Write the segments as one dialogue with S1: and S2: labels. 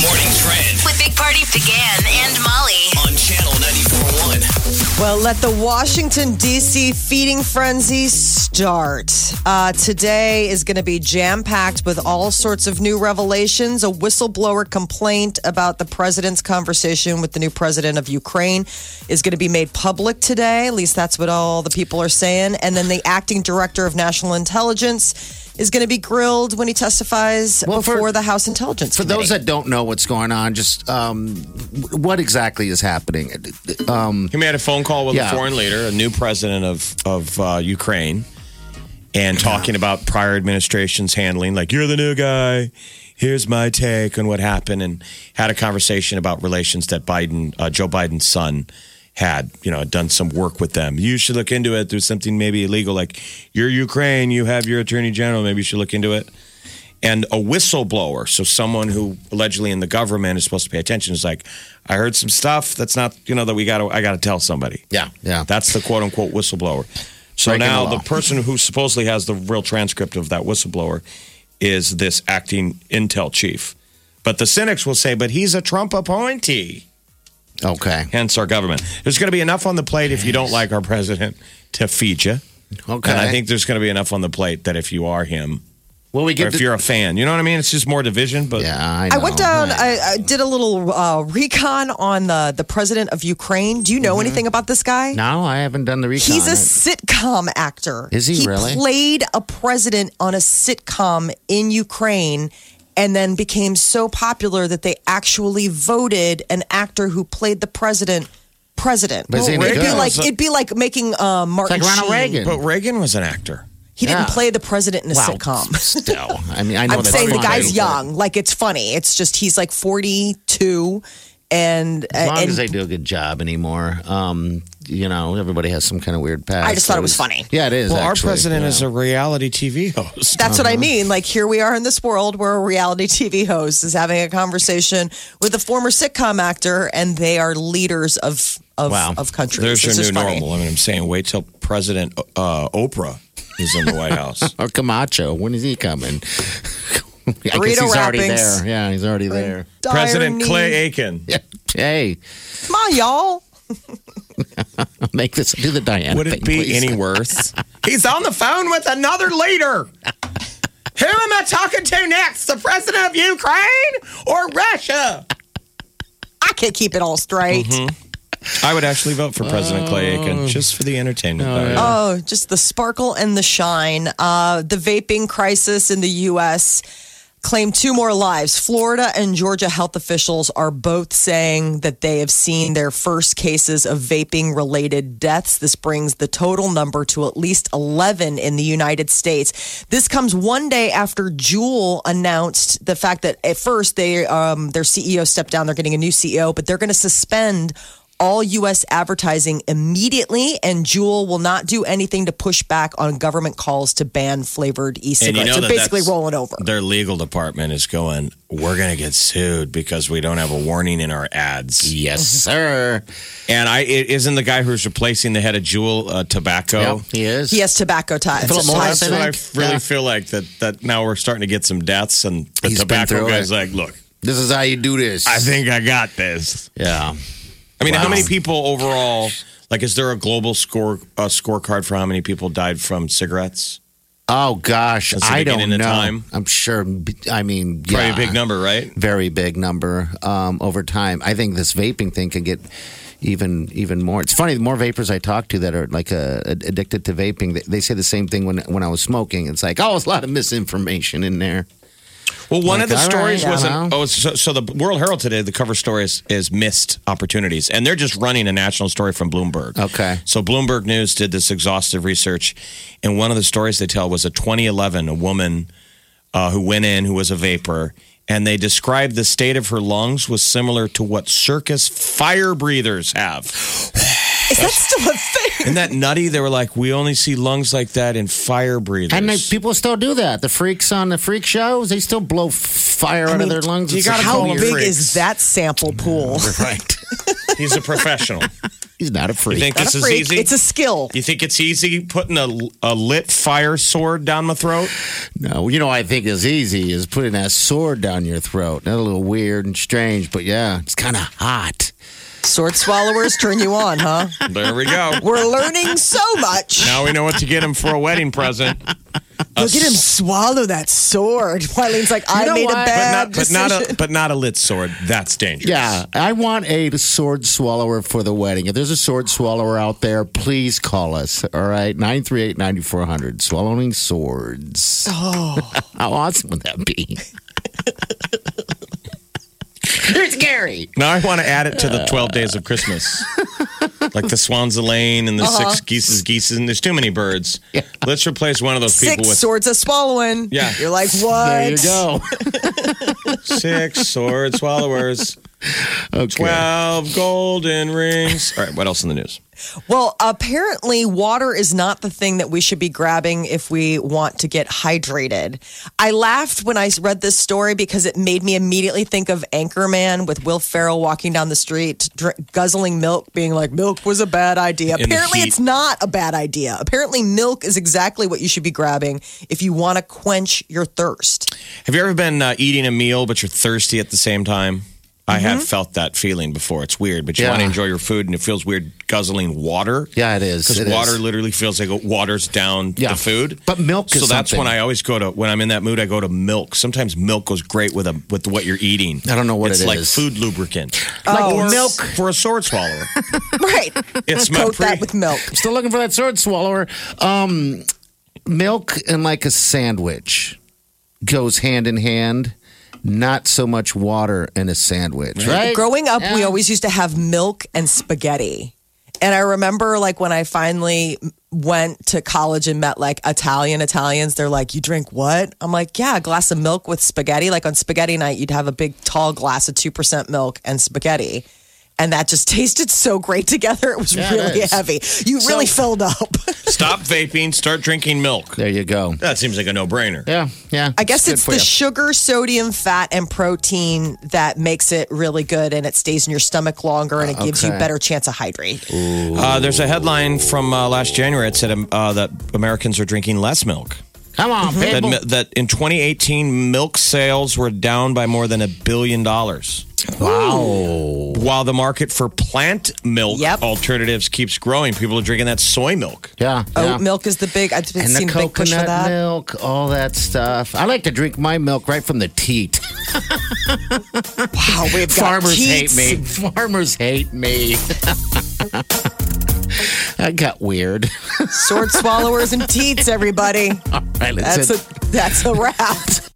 S1: morning trend
S2: With Big Party began and Molly.
S1: on channel 941.
S3: Well, let the Washington, D.C. feeding frenzy start. Uh, today is going to be jam packed with all sorts of new revelations. A whistleblower complaint about the president's conversation with the new president of Ukraine is going to be made public today. At least that's what all the people are saying. And then the acting director of national intelligence is going to be grilled when he testifies
S4: Well, for-
S3: before the House Intelligence
S4: For those
S3: Committee.
S4: that don't know what's going on, just um, w- what exactly is happening? Um,
S5: He made a phone call with
S4: Yeah.
S5: a foreign leader, a new president of of uh, Ukraine, and talking about prior administration's handling. Like, you're the new guy. Here's my take on what happened, and had a conversation about relations that Biden, uh, Joe Biden's son, had. You know, done some work with them. You should look into it. There's something maybe illegal. Like, you're Ukraine. You have your attorney general. Maybe you should look into it. And a whistleblower, so someone who allegedly in the government is supposed to pay attention, is like, I heard some stuff that's not, you know, that we got to, I got to tell somebody.
S4: yeah, yeah.
S5: That's the quote unquote whistleblower. So
S4: Breaking
S5: now
S4: the
S5: the,
S4: law.
S5: person who supposedly has the real transcript of that whistleblower is this acting intel chief. But the cynics will say, but he's a Trump appointee,
S4: okay,
S5: hence our government. There's going to be enough on the plate if you don't like our president to feed you.
S4: okay.
S5: And I think there's going to be enough on the plate that if you are him,
S4: well, we
S5: or
S4: get
S5: if you're a fan, you know what I mean? It's just more division, but
S4: yeah, I,
S3: I
S4: know.
S3: went down. I, I did a little uh, recon on the the president of Ukraine. Do you
S4: Mm-hmm.
S3: know anything about this guy?
S4: no, I haven't done the recon.
S3: He's a sitcom actor.
S4: Is he really?
S3: Played a president on a sitcom in Ukraine, and then became so popular that they actually voted an actor who played the president president.
S4: But is he any
S3: it'd be
S4: good?
S3: like it'd be like making uh,
S4: It's
S3: Martin
S4: like
S3: Sheen.
S4: Ronald Reagan.
S5: But Reagan was an actor.
S3: He didn't
S4: Yeah.
S3: play the president in a
S4: wow.
S3: sitcom.
S4: Still, I mean, I know
S3: I'm
S4: that's
S3: saying the
S4: funny.
S3: guy's young. Like it's funny. It's just he's like 42, and uh,
S4: As long
S3: and
S4: as they do a good job anymore, um, you know, everybody has some kind of weird past.
S3: I just thought it was funny.
S4: Yeah, it is.
S5: Well, our
S4: actually,
S5: president
S4: yeah.
S5: is a reality TV host.
S3: that's what I mean. Like here we are in this world where a reality TV host is having a conversation with a former sitcom actor, and they are leaders of of
S4: Wow.
S3: of countries.
S5: There's your
S3: It's
S5: new
S3: just funny.
S5: normal. I mean, I'm saying wait till President uh, Oprah is in the White House.
S4: Or Camacho. When is he coming? I guess
S3: Burrito
S4: he's already
S3: wrappings.
S4: there. Yeah, he's already there.
S3: Dire
S5: President
S3: need.
S5: Clay Aiken.
S4: Yeah. Hey,
S3: Come on, y'all.
S4: make this do the Diana
S5: Would it
S4: thing,
S5: be
S4: please.
S5: any worse? He's on the phone with another leader. Who am I talking to next? The president of Ukraine or Russia?
S3: I can't keep it all straight.
S5: I would actually vote for President Clay Aiken just for the entertainment. value.
S3: Oh, just the sparkle and the shine. Uh, the vaping crisis in the U.S. claimed two more lives. Florida and Georgia health officials are both saying that they have seen their first cases of vaping related deaths. This brings the total number to at least 11 in the United States. This comes one day after Juul announced the fact that at first they um, their CEO stepped down. They're getting a new CEO, but they're going to suspend all U.S. advertising immediately, and Juul will not do anything to push back on government calls to ban flavored
S5: And
S3: e-cigarettes.
S5: you know
S3: They're
S5: that
S3: basically
S5: that's-
S3: rolling over.
S5: Their legal department is going, we're going to get sued because we don't have a warning in our ads.
S4: Yes, sir.
S5: And I it isn't the guy who's replacing the head of Jewel uh, Tobacco.
S4: Yeah, he is.
S3: He has tobacco ties.
S4: Philip
S5: Well,
S4: Morris,
S5: that's what I
S4: think.
S5: really
S4: Yeah.
S5: feel like that. That now we're starting to get some deaths, and the
S4: He's been
S5: tobacco
S4: through
S5: guy's
S4: it.
S5: like, "Look,
S4: This is how you do this.
S5: I think I got this."
S4: Yeah.
S5: I mean, how
S4: Wow.
S5: many people overall? Like, is there a global score a scorecard for how many people died from cigarettes?
S4: Oh gosh,
S5: That's the
S4: I don't
S5: beginning
S4: know.
S5: of time.
S4: I'm sure. b- I mean,
S5: Probably
S4: yeah,
S5: a big number, right?
S4: very big number um, over time. I think this vaping thing can get even even more. It's funny. The more vapors I talk to that are like uh, ad- addicted to vaping, they, they say the same thing when when I was smoking. It's like, oh, it's a lot of misinformation in there.
S5: Well, one
S4: Like,
S5: of the
S4: all
S5: stories
S4: right,
S5: was
S4: I don't
S5: an,
S4: know.
S5: oh, so, so the World Herald today, the cover story is, is missed opportunities, and they're just running a national story from Bloomberg.
S4: Okay.
S5: So Bloomberg News did this exhaustive research, and one of the stories they tell was a 2011 a woman uh, who went in who was a vapor and they described the state of her lungs was similar to what circus fire breathers have.
S3: Is that still a thing?
S5: Isn't that nutty? They were like, we only see lungs like that in fire breathers.
S4: And they, people still do that. The freaks on the freak shows, they still blow fire out of their lungs.
S5: you
S4: It's
S5: gotta
S4: so
S5: call
S3: How
S5: them
S4: weird.
S3: big
S5: freaks.
S3: is that sample pool?
S4: Right.
S5: He's a professional.
S4: He's not a freak.
S5: You think
S3: Not
S5: this
S3: a
S5: is
S3: freak.
S5: easy?
S3: It's a skill.
S5: you think it's easy putting a, a lit fire sword down my throat?
S4: no, you know what I think is easy is putting that sword down your throat. That's a little weird and strange, but yeah, it's kind of hot.
S3: Sword swallowers turn you on, huh?
S5: There we go.
S3: We're learning so much.
S5: Now we know what to get him for a wedding present.
S3: Look at him swallow that sword. Wylene's like, I
S4: know
S3: made
S4: what?
S3: a
S4: But
S5: But
S3: bad
S5: not, but not
S3: decision.
S5: a but not a lit sword. That's dangerous.
S4: Yeah, I want a sword swallower for the wedding. If there's a sword swallower out there, please call us. All right, 938 9400. Swallowing swords. Oh. How awesome would that be? Here's Gary.
S5: Now I want to add it to the twelve days of Christmas, like the swans of Lane and the
S3: Uh-huh.
S5: six geese's geese. And there's too many birds.
S4: Yeah.
S5: Let's replace one of those people
S3: Six
S5: with
S3: swords a swallowing.
S5: Yeah.
S3: You're like, what?
S4: There you go.
S5: six sword swallowers,
S4: Okay.
S5: twelve golden rings. All right, what else in the news?
S3: Well, apparently, water is not the thing that we should be grabbing if we want to get hydrated. I laughed when I read this story because it made me immediately think of Anchorman with Will Ferrell walking down the street, dr- guzzling milk, being like, milk was a bad idea.
S5: In the
S3: apparently,
S5: heat.
S3: it's not a bad idea. Apparently, milk is exactly what you should be grabbing if you want to quench your thirst.
S5: Have you ever been uh, eating a meal but you're thirsty at the same time? I have felt that feeling before. It's weird, but
S4: Mm-hmm.
S5: you
S4: Yeah.
S5: want to enjoy your food, and it feels weird guzzling water.
S4: Yeah, it is.
S5: because
S4: It
S5: water
S4: is.
S5: literally feels like it waters down
S4: Yeah.
S5: the food.
S4: But milk
S5: So
S4: is
S5: that's
S4: something.
S5: when I always go to when I'm in that mood. I go to milk. Sometimes milk goes great with a with what you're eating.
S4: I don't know what
S5: it's
S4: it
S5: like
S4: is. Uh,
S5: food lubricant,
S3: Like
S5: Or
S3: milk.
S5: for a sword swallower.
S3: Right.
S5: It's my
S3: Coat
S5: pre-
S3: that with milk.
S4: Still looking for that sword swallower. Um, milk and like a sandwich goes hand in hand. Not so much water in a sandwich, right?
S3: Growing up, we
S4: Yeah.
S3: always used to have milk and spaghetti. And I remember like when I finally went to college and met like Italian Italians, they're like, You drink what? I'm like, Yeah, a glass of milk with spaghetti. Like on spaghetti night, you'd have a big tall glass of 2% milk and spaghetti. And that just tasted so great together. It was
S4: Yeah, it
S3: really
S4: is.
S3: heavy. You really filled up.
S5: Stop vaping. Start drinking milk.
S4: There you go.
S5: That seems like a no brainer.
S4: Yeah, yeah.
S3: I guess
S4: good
S3: it's
S4: for
S3: the
S4: you.
S3: sugar, sodium, fat, and protein that makes it really good and it stays in your stomach longer and it gives you
S4: Uh, Okay.
S3: better chance of hydrating.
S5: Uh, there's a headline from uh, last January. It said um, uh, that Americans are drinking less milk.
S4: Come on,
S3: Mm-hmm.
S5: That,
S4: people.
S5: mi- that in 2018, milk sales were down by more than a billion dollars. Wow. While the market for plant milk
S3: Yep.
S5: alternatives keeps growing, people are drinking that soy milk.
S4: yeah, yeah.
S3: Oat milk is the big. I've
S4: and
S3: seen
S4: the
S3: a big push for
S4: coconut
S3: that.
S4: milk, all that stuff. I like to drink my milk right from the teat.
S3: Wow, we've got
S4: Farmers
S3: teats.
S4: hate me. Farmers hate me. that got weird.
S3: Sword swallowers and teats, everybody.
S4: All right, let's
S3: That's a
S4: hit-
S3: that's a wrap.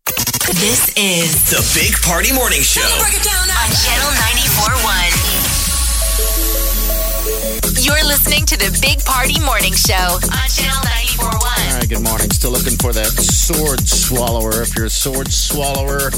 S2: This is
S1: The Big Party Morning Show.
S2: on Channel 94.1. You're listening to the Big Party Morning Show on Channel 94.1.
S4: All right, good morning. Still looking for that sword swallower. If you're a sword swallower,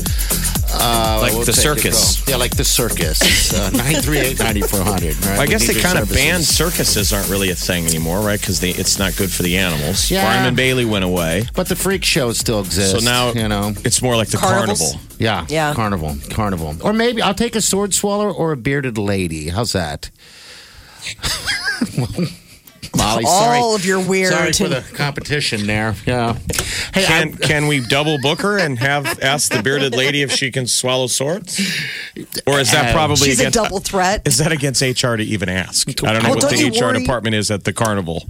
S4: uh,
S5: Like the
S4: take your
S5: circus.
S4: call. Yeah, like the circus. Uh, 938 9400.
S5: I guess they kind of banned circuses aren't really a thing anymore, right? Because it's not good for the animals.
S4: Yeah.
S5: Barnum and Bailey went away,
S4: But the freak show still exists.
S5: so now
S4: you know,
S5: it's more like the
S3: Carnivals?
S5: carnival.
S4: yeah,
S3: Yeah.
S4: carnival, carnival, or maybe I'll take a sword swallower or a bearded lady. How's that? Molly, sorry.
S3: All of your weird.
S4: Sorry for the competition there. Yeah. Hey,
S5: Can
S4: I,
S5: can we double book her and have ask the bearded lady if she can swallow swords? Or is that
S4: Um,
S5: probably
S3: She's a
S5: against,
S3: double threat.
S5: Is that against HR to even ask? I don't know
S3: Well,
S5: what
S3: don't
S5: the
S3: you
S5: HR
S3: worry-
S5: department is at the carnival.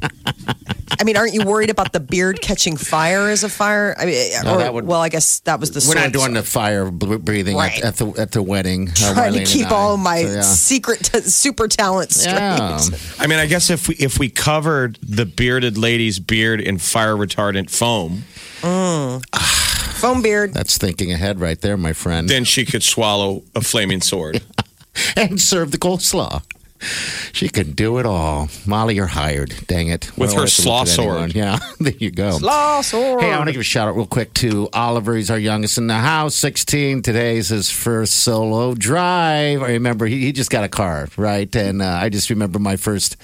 S3: I mean, aren't you worried about the beard catching fire as a fire? I mean,
S4: No,
S3: or,
S4: that would-
S3: well, I guess that was the.
S4: we're not
S3: sword-
S4: doing the fire b- breathing
S3: Right.
S4: at, at the at the wedding.
S3: Trying
S4: uh, Marlene
S3: to
S4: and
S3: keep
S4: I.
S3: all my
S4: So, yeah.
S3: secret t- super talents straight.
S4: Yeah.
S5: I mean, I guess if we if we covered the bearded lady's beard in fire retardant foam,
S3: Foam beard.
S4: That's thinking ahead right there, my friend.
S5: then she could swallow a flaming sword.
S4: And serve the coleslaw. She can do it all. Molly, you're hired. Dang it.
S5: With
S4: I don't
S5: her
S4: have to
S5: slaw
S4: look at anyone.
S5: sword.
S4: Yeah, there you go. Hey, I want to give a shout out real quick to Oliver. He's our youngest in the house, 16. Today's his first solo drive. I remember he, he just got a car, right? And uh, I just remember my first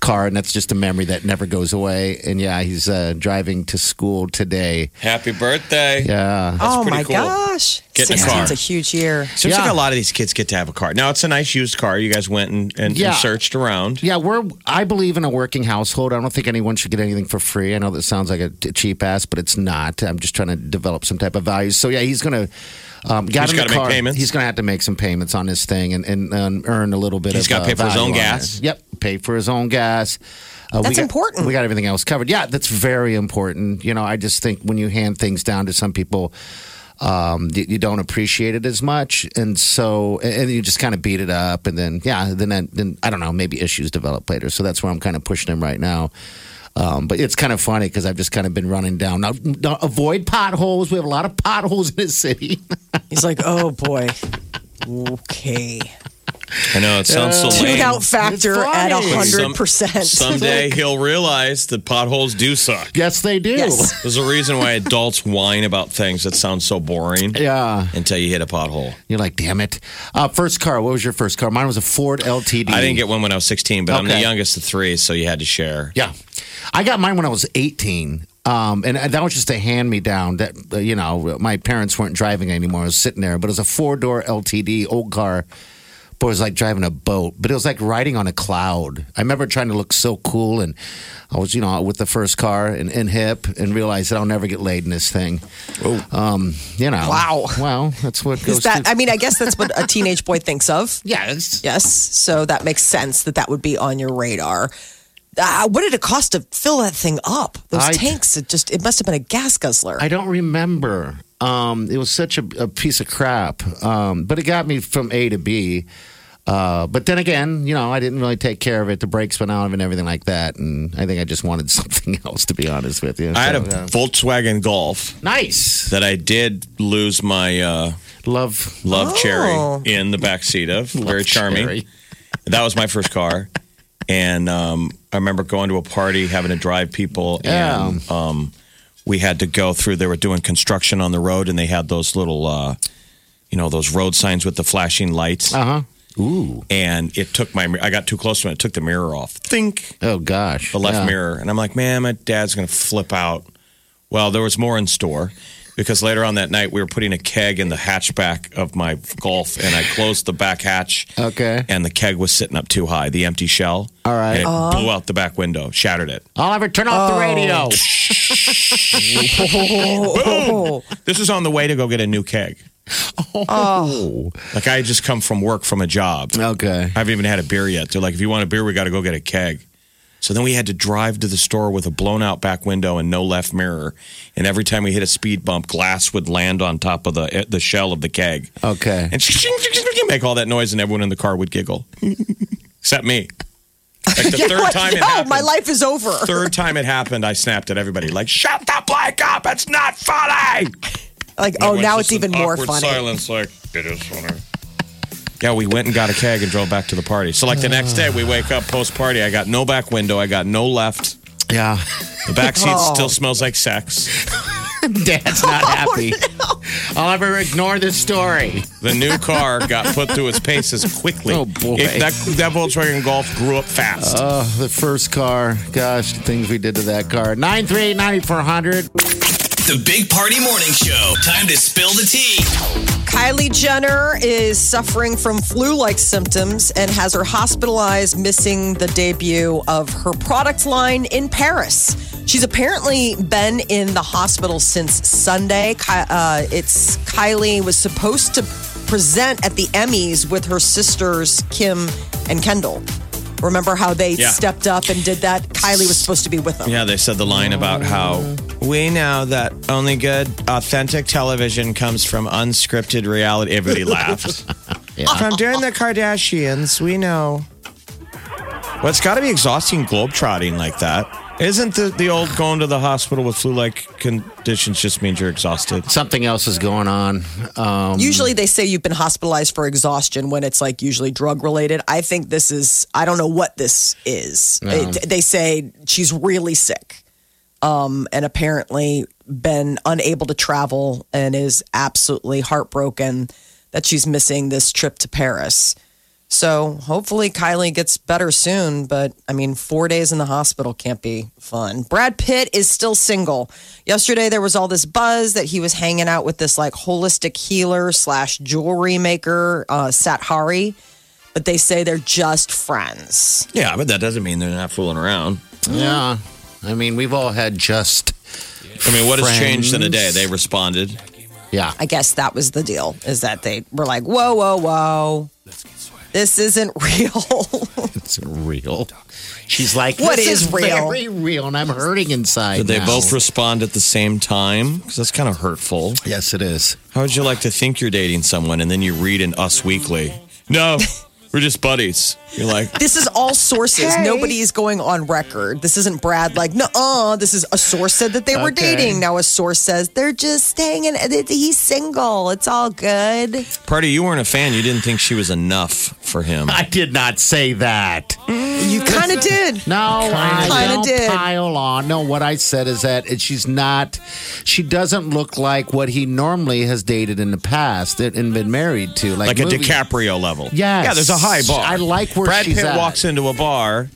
S4: car, and that's just a memory that never goes away. And yeah, he's uh, driving to school today.
S5: Happy birthday.
S4: Yeah.
S3: oh
S5: pretty
S3: my
S5: cool.
S3: gosh.
S5: Get in the
S3: 16's
S5: car.
S3: a huge year.
S5: Seems
S4: Yeah.
S5: like a lot of these kids get to have a car. Now, it's a nice used car. You guys went and, and,
S4: Yeah.
S5: and searched around.
S4: Yeah, we're. I believe in a working household. I don't think anyone should get anything for free. I know that sounds like a t- cheap ass, but it's not. I'm just trying to develop some type of values. So yeah, he's gonna. Um, got
S5: He's
S4: in the
S5: gotta make
S4: car.
S5: payments.
S4: He's gonna have to make some payments on his thing and and um, earn a little bit.
S5: He's
S4: of,
S5: gotta
S4: uh,
S5: pay for his
S4: value
S5: own
S4: on
S5: gas.
S4: it. Yep, pay for his own gas. Uh, we
S3: That's
S4: got-
S3: important.
S4: We got everything else covered. Yeah, that's very important. You know, I just think when you hand things down to some people. Um, you, you don't appreciate it as much, and so and and you just kind of beat it up, and then yeah, then then I don't know, maybe issues develop later. So that's where I'm kind of pushing him right now. Um, but it's kind of funny because I've just kind of been running down. Now, now avoid potholes. We have a lot of potholes in this city.
S3: He's like, oh boy. Okay.
S5: I know it sounds so lame.
S3: Tune out factor at
S4: funny.
S5: Some-
S3: 100%.
S5: Someday he'll realize that potholes do suck.
S4: yes, they do.
S3: Yes.
S5: There's a reason why adults whine about things that sound so boring
S4: Yeah,
S5: until you hit a pothole.
S4: you're like, damn it. Uh, first car. What was your first car? Mine was a Ford LTD.
S5: I didn't get one when I was 16, but I'm the
S4: Okay.
S5: youngest of three, so you had to share.
S4: Yeah, I got mine when I was 18, um, and that was just a hand me down. That uh, you know, my parents weren't driving anymore. I was sitting there, but it was a four door LTD old car. Boy, it was like driving a boat, but it was like riding on a cloud. I remember trying to look so cool, and I was, you know, with the first car and, and hip, and realized that I'll never get laid in this thing. Um, you know,
S3: Wow.
S4: Well, that's what goes.
S3: Is that,
S4: through-
S3: I mean, I guess that's what a teenage boy thinks of.
S4: yeah, it's-
S3: Yes. So that makes sense that that would be on your radar. Uh, what did it cost to fill that thing up? Those
S4: I-
S3: tanks, it just, it must have been a gas guzzler.
S4: I don't remember. Um, it was such a, a piece of crap, um, but it got me from A to B. Uh, but then again, you know, I didn't really take care of it. The brakes went out and everything like that, and I think I just wanted something else. To be honest with you,
S5: I had a
S4: So, yeah.
S5: Volkswagen Golf
S4: nice
S5: that I did lose my uh,
S4: love.
S5: love
S3: Oh.
S5: cherry in the back seat of. Very charming.
S4: Cherry.
S5: That was my first car. And um, I remember going to a party, having to drive people, and um, we had to go through. They were doing construction on the road, and they had those little, uh, you know, those road signs with the flashing lights.
S4: Uh huh. Ooh.
S5: And it took my, I got too close to it. It took the mirror off. Think
S4: Oh gosh.
S5: the left
S4: Yeah.
S5: mirror, and I'm like, man, my dad's gonna flip out. Well, there was more in store because later on that night we were putting a keg in the hatchback of my Golf, and I closed the back hatch.
S4: Okay.
S5: And the keg was sitting up too high, the empty shell. All right. And it blew out the back window, shattered it.
S4: Oliver, turn off the radio.
S3: Oh,
S5: This is on the way to go get a new keg. Like I had just come from work from a job.
S4: Okay.
S5: I haven't even had a beer yet. They're like, if you want a beer, we got to go get a keg. So then we had to drive to the store with a blown out back window and no left mirror. And every time we hit a speed bump, glass would land on top of the the shell of the keg.
S4: Okay.
S5: And you make all that noise, and everyone in the car would giggle, except me. Like the third
S3: Like,
S5: time it
S3: yo,
S5: happened.
S3: my life is over.
S5: Third time it happened, I snapped at everybody like, "Shut the blank up! It's not funny."
S3: Like, oh,
S5: Everyone's
S3: now
S5: just
S3: it's even
S5: in
S3: more
S5: awkward
S3: funny.
S5: Silence, like it is funny. Yeah, we went and got a keg and drove back to the party. So like the next day, we wake up post party. I got no back window. I got no left.
S4: Yeah.
S5: The back seat
S3: Oh.
S5: still smells like sex.
S4: Dad's
S5: Oh,
S4: not happy. Oliver, ignore this story.
S5: The new car got put through its paces quickly.
S4: Oh, boy.
S5: It- that, that Volkswagen Golf grew up fast.
S4: The first car. Gosh, the things we did to that car. 938 9400.
S1: The Big Party Morning Show. Time to spill the tea.
S3: Kylie Jenner is suffering from flu like symptoms and has her hospitalized, missing the debut of her product line in Paris. She's apparently been in the hospital since Sunday. Ky- Uh, it's Kylie was supposed to present at the Emmys with her sisters, Kim and Kendall. Remember how they
S5: Yeah.
S3: stepped up and did that? Kylie was supposed to be with them.
S5: Yeah, they said the line about how we know that only good, authentic television comes from unscripted reality. Everybody laughed. From during the Kardashians, we know. Well, it's got to be exhausting globetrotting like that. Isn't the, the old going to the hospital with flu like conditions just means you're exhausted?
S4: Something else is going on. Um,
S3: Usually they say you've been hospitalized for exhaustion when it's like usually drug related. I think this is, I don't know what this is. It- they say she's really sick um, and apparently been unable to travel and is absolutely heartbroken that she's missing this trip to Paris. So hopefully Kylie gets better soon, but I mean, four days in the hospital can't be fun. Brad Pitt is still single. Yesterday, there was all this buzz that he was hanging out with this like holistic healer slash jewelry maker, uh, Sathari, but they say they're just friends.
S5: Yeah, but that doesn't mean they're not fooling around.
S4: yeah. I mean, we've all had just.
S5: I mean, what has changed in a day?
S4: Friends.
S5: They responded.
S4: Yeah.
S3: I guess that was the deal is that they were like, whoa, whoa, whoa. This isn't real.
S4: It's real. She's like,
S3: What
S4: this
S3: is real?"
S4: Very real, and I'm hurting inside.
S5: Did they
S4: now.
S5: both respond at the same time? Because that's kind of hurtful.
S4: Yes, it is.
S5: How would you like to think you're dating someone and then you read in Us Weekly? No, we're just buddies. You're like,
S3: this is all sources. Nobody is going on record. This isn't Brad like, no, uh, this is a source said that they were
S4: Okay.
S3: dating. Now a source says they're just staying in, he's single. It's all good.
S5: Party, you weren't a fan. You didn't think she was enough for him.
S4: I did not say that.
S3: You kind of did.
S4: No, I
S3: Kinda
S4: don't
S3: did.
S4: pile on. No, what I said is that it- she's not. She doesn't look like what he normally has dated in the past and and been married to, like,
S5: Like a
S4: movie-
S5: DiCaprio level.
S4: Yes.
S5: Yeah, there's a high bar.
S4: I like where
S5: Brad
S4: she's
S5: Pitt
S4: at.
S5: walks into a bar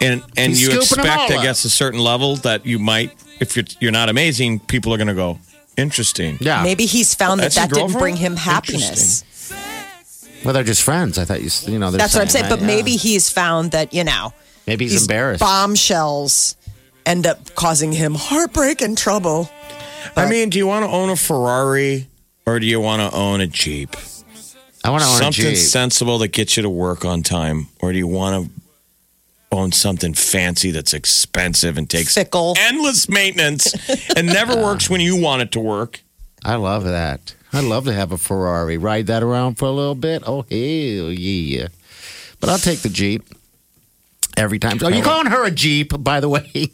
S5: and and
S4: He's
S5: you
S4: scooping 'em
S5: expect,
S4: all
S5: I guess, a certain level that you might if you're you're not amazing, people are gonna go, interesting.
S4: Yeah,
S3: Maybe he's found that
S5: That's your
S3: that didn't bring him
S5: girlfriend?
S3: happiness.
S4: Well, they're just friends. I thought you, s- you know, they're
S3: That's what I'm saying.
S4: that,
S3: But
S4: yeah.
S3: maybe he's found that, you know,
S4: maybe he's,
S3: these
S4: embarrassed.
S3: bombshells end up causing him heartbreak and trouble.
S5: I mean, do you wanna own a Ferrari or do you wanna own a Jeep?
S4: I want to own a
S5: something
S4: Jeep.
S5: sensible that gets you to work on time, or do you want to own something fancy that's expensive and takes
S3: Fickle.
S5: endless maintenance and never works when you want it to work?
S4: I love that. I love to have a Ferrari. Ride that around for a little bit. Oh hell yeah! But I'll take the Jeep every time. Are you calling her a Jeep? By the way,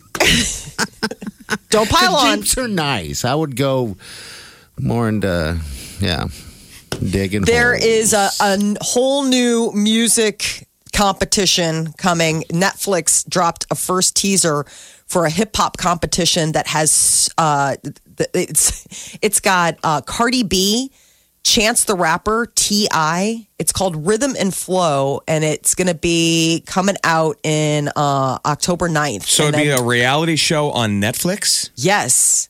S3: Don't pile
S4: the
S3: on.
S4: Jeeps are nice. I would go more into yeah, digging.
S3: There
S4: holes.
S3: is a, a n- whole new music competition coming. Netflix dropped a first teaser for a hip hop competition that has uh, th- it's it's got uh, Cardi B, Chance the Rapper, Ti. It's called Rhythm and Flow, and it's going to be coming out in uh, October 9th.
S5: So
S3: And
S5: it'd be
S3: then-
S5: a reality show on Netflix.
S3: yes,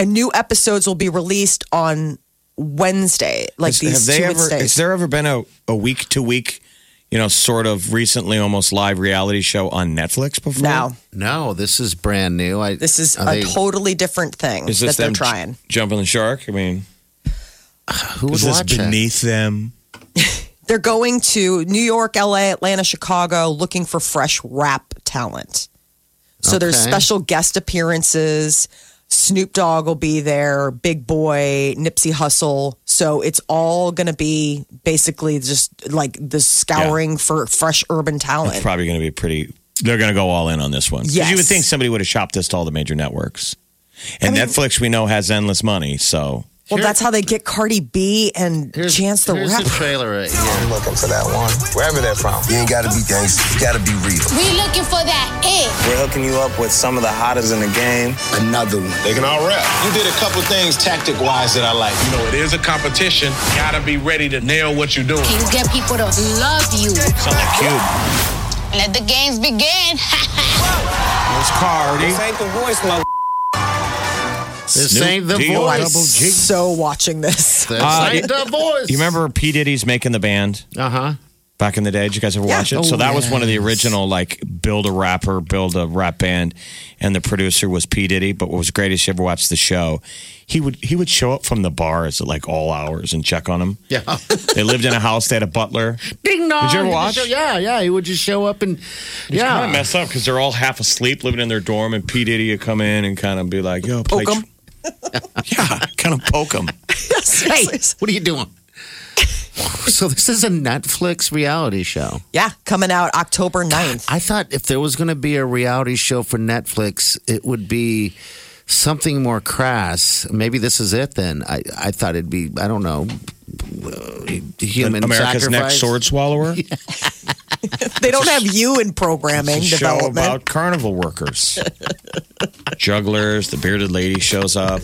S3: and new episodes will be released on. Wednesday, like
S5: Has-
S3: these
S5: have they
S3: two
S5: ever?
S3: Wednesdays.
S5: Has there ever been a a week to week, you know, sort of recently almost live reality show on Netflix before?
S3: now,
S4: no. This is brand new. I
S3: This is
S4: are
S3: a
S4: they-
S3: totally different thing
S5: Is
S3: that
S5: this
S3: they're
S5: them j-
S3: trying.
S5: jumping the shark? I mean,
S4: who would
S5: is this
S4: watch it?
S5: beneath them?
S3: They're going to New York, LA, Atlanta, Chicago looking for fresh rap talent. So there's
S4: Okay.
S3: special guest appearances. Snoop Dogg will be there, Big Boy, Nipsey Hussle. So it's all going to be basically just like the scouring for fresh urban
S5: It's
S3: talent.
S5: probably going to be pretty. They're going to go all in on this one. 'Cause
S3: Yes.
S5: You would think somebody would have shopped this to all the major networks. And Netflix, we know, has endless money. So
S3: well, that's how they get Cardi B and
S4: Here's-
S3: Chance the
S4: here's the
S3: Rapper.
S4: trailer right here.
S6: I'm looking for that one, wherever they're from.
S7: You ain't gotta be gangster. You gotta be real.
S8: We looking for that it.
S6: We're hooking you up with some of the hottest in the game.
S7: Another one.
S9: They can all rap. You did a couple things tactic wise that I like. You know, it is a competition. Gotta be ready to nail what you're doing.
S8: You get people to love you.
S5: sounds like cute.
S8: Let the games begin.
S5: It's Cardi.
S6: This ain't the voice, my.
S4: This
S5: Snoop
S4: ain't the
S5: D O
S4: voice.
S5: Double G.
S3: So watching this.
S4: This
S5: Uh,
S4: ain't the voice.
S5: You remember P Diddy's making the band
S4: Uh huh.
S5: back in the day? Did you guys ever watch it?
S4: Oh,
S5: so that was one of the
S4: yes.
S5: original like build a rapper, build a rap band, and the producer was P Diddy. But what was great is you ever watched the show, he would he would show up from the bars at like all hours and check on him.
S4: Yeah.
S5: They lived in a house. They had a butler.
S4: Ding dong.
S5: Did you ever
S4: He would
S5: watch?
S4: show- yeah, yeah. He would just show up and yeah.
S5: kind of mess up because they're all half asleep living in their dorm, and P. Diddy would come in and kind of be like, yo, play
S3: Poke 'em.
S5: tr- yeah, kind of poke them.
S4: hey, what are you doing? So this is a Netflix reality show.
S3: Yeah, coming out October 9th.
S4: I thought if there was going to be a reality show for Netflix, it would be something more crass. Maybe this is it. Then I, I thought it'd be I don't know uh, human
S5: America's
S4: sacrifice.
S5: next sword swallower.
S3: They don't have you in programming
S5: It's a show
S3: development.
S5: about carnival workers, jugglers. The bearded lady shows up.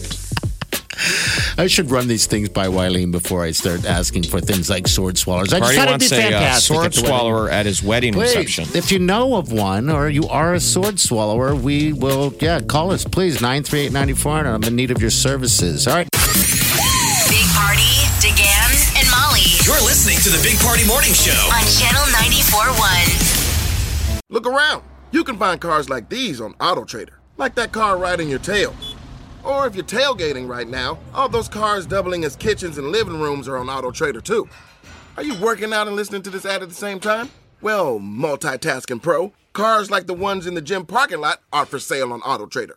S4: I should run these things by Wileen before I start asking for things like sword swallowers. I just
S5: Party
S4: thought it'd be
S5: wants a uh,
S4: fantastic. at
S5: sword
S4: the wedding.
S5: swallower at his wedding
S4: Wait,
S5: reception.
S4: if you know of one or you are a sword swallower, we will, yeah, call us, please, 938-9400. I'm in need of your services. All right.
S2: Big Party, DeGan, and Molly
S1: You're listening to the Big Party Morning Show.
S2: on Channel 94.1.
S9: Look around. You can find cars like these on AutoTrader, like that car riding your tail. Or if you're tailgating right now, all those cars doubling as kitchens and living rooms are on AutoTrader too. Are you working out and listening to this ad at the same time? Well, multitasking pro, cars like the ones in the gym parking lot are for sale on AutoTrader.